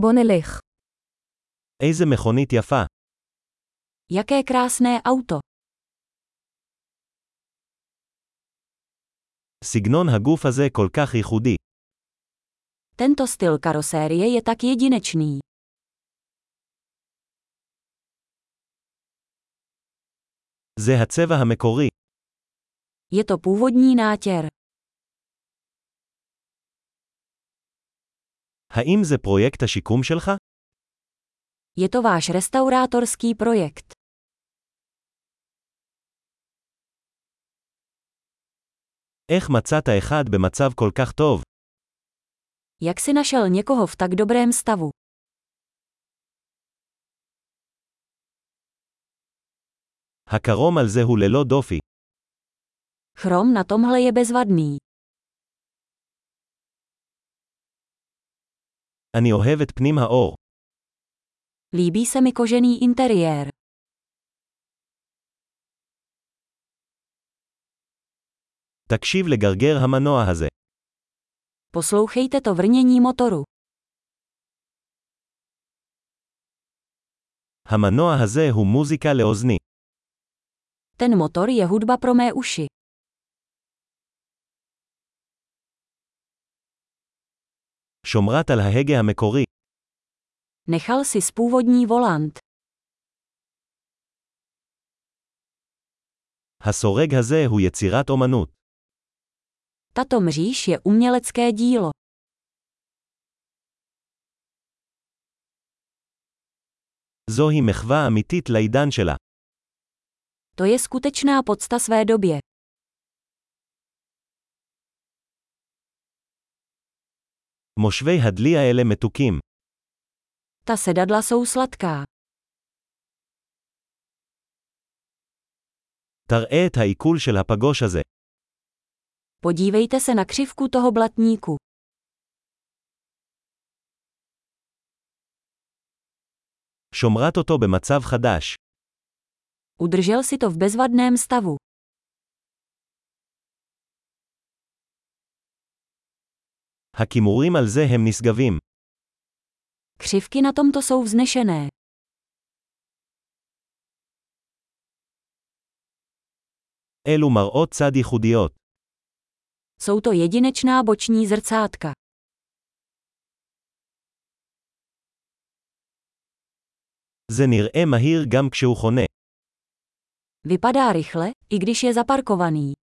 בוא נלך. איזה מכונית יפה. Jaké krásné auto. סגנון הגוף הזה כל כך ייחודי. Tento styl karosérie je tak jedinečný. זה הצבע המקורי. Je to původní nátěr. האם זה פרויקט השיקום שלך? Je to váš restaurátorský projekt. איך מצאת אחד במצב כל כך טוב? Jak si našel někoho v tak dobrém stavu? הקרום על זה הוא ללא דופי. Chrom na tomhle je bezvadný. אני אוהב את פנים האור. Líbí se mi kožený interiér. תקשיב לגרגר המנוע הזה. Poslouchejte to vrnění motoru. המנוע הזה הוא מוזיקה לאוזני. Ten motor je hudba pro mé uši. שומרת על ההגה המקורי. Nechal si spůvodní volant. הסורג הזה הוא יצירת אומנות. Tato mříž je umělecké dílo. זוהי מחווה אמיתית לעידן שלה. To je skutečná podsta své době. מושבי הדלי האלה מתוקים. Ta sedadla jsou sladká. תראה את העיכול של הפגוש הזה. Podívejte se na křivku toho blatníku. שומרת אותו במצב חדש. Udržel si to v bezvadném stavu. הכימורים על זה הם נשגבים. Křivky na tomto jsou vznešené. אלו מראות צד ייחודיות. Jsou to jedinečná boční zrcátka. זה נראה מהיר גם כשהוא חונה. Vypadá rychle, i když je zaparkovaný.